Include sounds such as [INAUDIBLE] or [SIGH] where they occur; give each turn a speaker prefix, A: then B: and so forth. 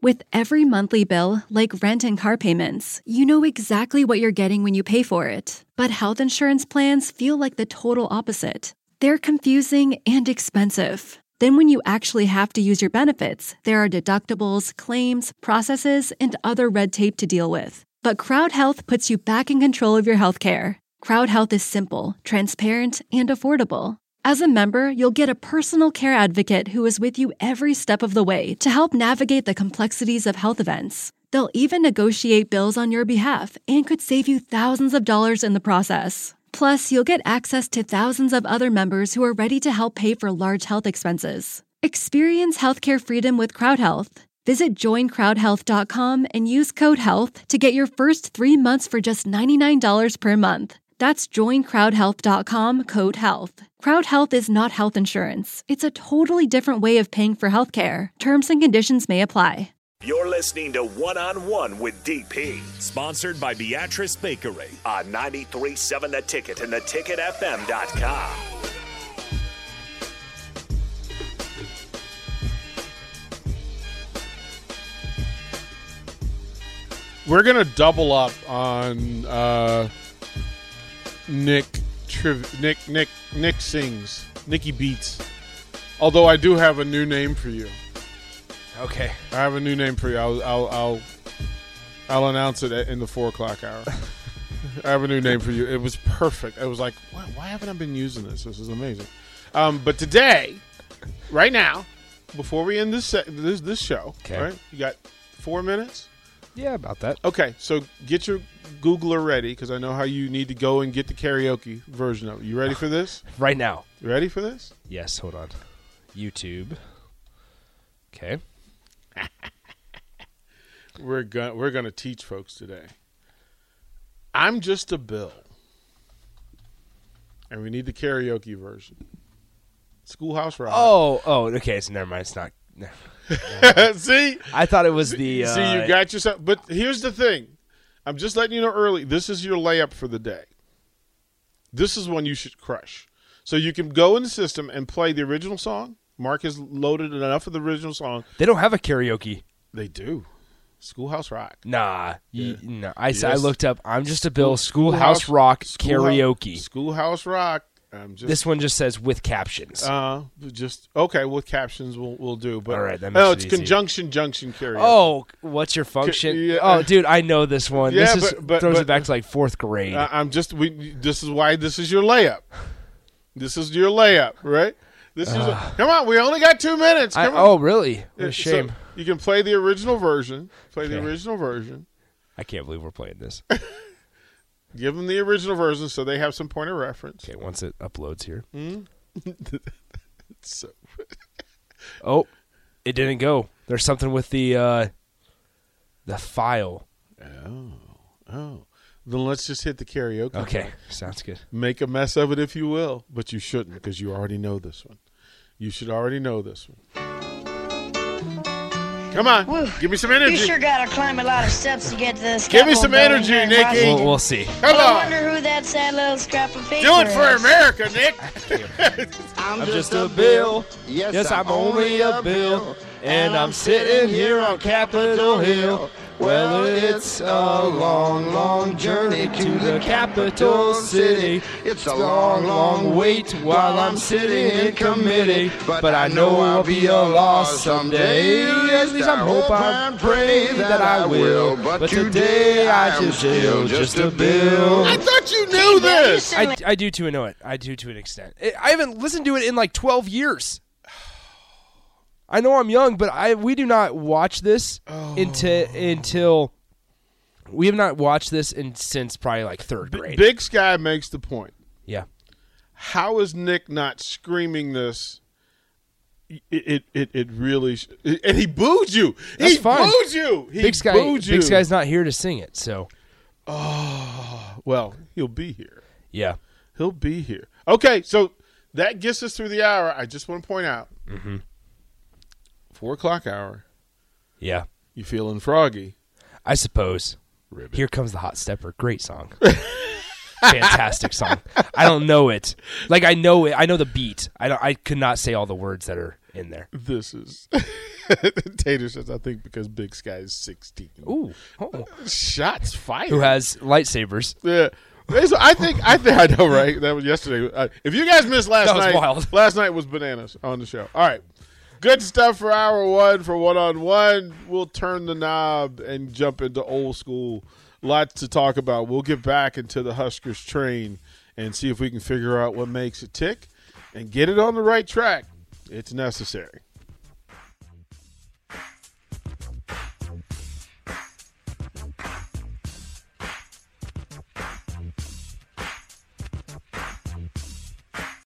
A: With every monthly bill, like rent and car payments, you know exactly what you're getting when you pay for it. But health insurance plans feel like the total opposite. They're confusing and expensive. Then, when you actually have to use your benefits, there are deductibles, claims, processes, and other red tape to deal with. But Crowd Health puts you back in control of your healthcare. Crowd Health is simple, transparent, and affordable. As a member, you'll get a personal care advocate who is with you every step of the way to help navigate the complexities of health events. They'll even negotiate bills on your behalf and could save you thousands of dollars in the process. Plus, you'll get access to thousands of other members who are ready to help pay for large health expenses. Experience healthcare freedom with CrowdHealth. Visit joincrowdhealth.com and use code HEALTH to get your first three months for just $99 per month. That's joincrowdhealth.com code HEALTH. CrowdHealth is not health insurance, it's a totally different way of paying for healthcare. Terms and conditions may apply.
B: You're listening to One on One with DP, sponsored by Beatrice Bakery on 93.7 The Ticket and theticketfm.com.
C: We're gonna double up on uh, Nick Triv- Nick Nick Nick sings Nicky Beats. Although I do have a new name for you.
D: Okay.
C: I have a new name for you. I'll I'll I'll, I'll announce it in the four o'clock hour. I have a new name for you. It was perfect. It was like, why, why haven't I been using this? This is amazing. Um, but today, right now, before we end this se- this this show,
D: Okay.
C: right? You got four minutes.
D: Yeah, about that.
C: Okay, so get your Googler ready because I know how you need to go and get the karaoke version of it. You ready for this?
D: Right now.
C: You ready for this?
D: Yes, hold on. YouTube. Okay.
C: We're gonna we're gonna teach folks today. I'm just a bill, and we need the karaoke version. Schoolhouse Rock.
D: Oh, oh, okay. So never mind. It's not. never-
C: [LAUGHS] see,
D: I thought
C: [LAUGHS]
D: it was the. Uh,
C: see, you got yourself. But here's the thing: I'm just letting you know early. This is your layup for the day. This is one you should crush. So you can go in the system and play the original song. Mark has loaded enough of the original song.
D: They don't have a karaoke.
C: They do. Schoolhouse Rock.
D: Nah. You, no. I, s- I
C: Yes.
D: looked up. I'm just a Bill. Schoolhouse, Rock
C: Schoolhouse-
D: karaoke.
C: Schoolhouse Rock. I'm just
D: This one just says with captions.
C: Uh, just okay. Well, captions will will do. But
D: All right, that
C: no, it's
D: makes it easy.
C: conjunction junction karaoke.
D: oh, what's your function?
C: yeah.
D: Oh, dude, I know this one.
C: Yeah,
D: this is,
C: but- but-
D: throws
C: but- Uh,
D: it back to like fourth grade.
C: I, I'm just we. This is why this is your layup. This is your layup, right?
D: [SIGHS]
C: This is come on. We only got two minutes.
D: I-
C: Come on.
D: oh, really? What
C: So
D: a shame.
C: you can play the original version. Play the
D: Okay.
C: original version.
D: I can't believe we're playing this.
C: Give them the original version so they have some point of reference.
D: Okay, once it uploads here. [LAUGHS]
C: So-
D: Oh, it didn't go. There's something with the uh the file.
C: oh, then let's just hit the karaoke.
D: Okay, sounds good.
C: Make a mess of it if you will, but you shouldn't because you already know this one. You should already know this one. Come on, give me some energy.
E: You sure gotta climb a lot of steps to get to this.
C: Give me some energy, Nikki.
D: We'll, we'll see.
C: Come
E: I
C: on,
E: wonder who that sad little scrap of paper
C: do it for
E: is.
C: America, Nick.
F: I'm,
D: just a bill.
F: Yes,
D: Yes, I'm only a bill. And I'm sitting here on Capitol Hill. Well, it's a long, long journey to the capital city. It's a long, long wait while I'm sitting in committee. But I know I'll be a law someday. At least I hope I pray that I will. But today I just feel just a bill.
C: I thought you knew this.
D: I, I do to know it. I do to an extent. I I haven't listened to it in like 12 years. [SIGHS] I know I'm young, but I we do not watch this until until we have not watched this in, since probably like third grade.
C: Big Sky makes the point.
D: yeah,
C: How is Nick not screaming this? It it it, it really sh- and he booed you.
D: That's
C: he
D: fine.
C: booed you. He
D: Big Sky.
C: booed you.
D: Big Sky's not here to sing it, so
C: Ah, Well, he'll be here.
D: yeah.
C: He'll be here. Okay, so that gets us through the hour. I just want to point out
D: Mm-hmm.
C: four o'clock hour.
D: Yeah,
C: You feeling froggy?
D: I suppose. Here comes the hot stepper. Great song. [LAUGHS] Fantastic song. I don't know it. Like I know it. I know the beat. I don't, I could not say all the words that are in there.
C: This is [LAUGHS] Tater says, I think because Big Sky is 16.
G: Ooh.
D: oh.
C: Shots fired.
G: Who has lightsabers?
C: Yeah. So I think I think I know right. That was yesterday. Uh, if you guys missed last
G: That was
C: night,
G: wild.
C: [LAUGHS] last night was bananas on the show. All right, good stuff for hour one for one on one. We'll turn the knob and jump into old school. Lots to talk about. We'll get back into the Huskers train and see if we can figure out what makes it tick and get it on the right track. It's necessary.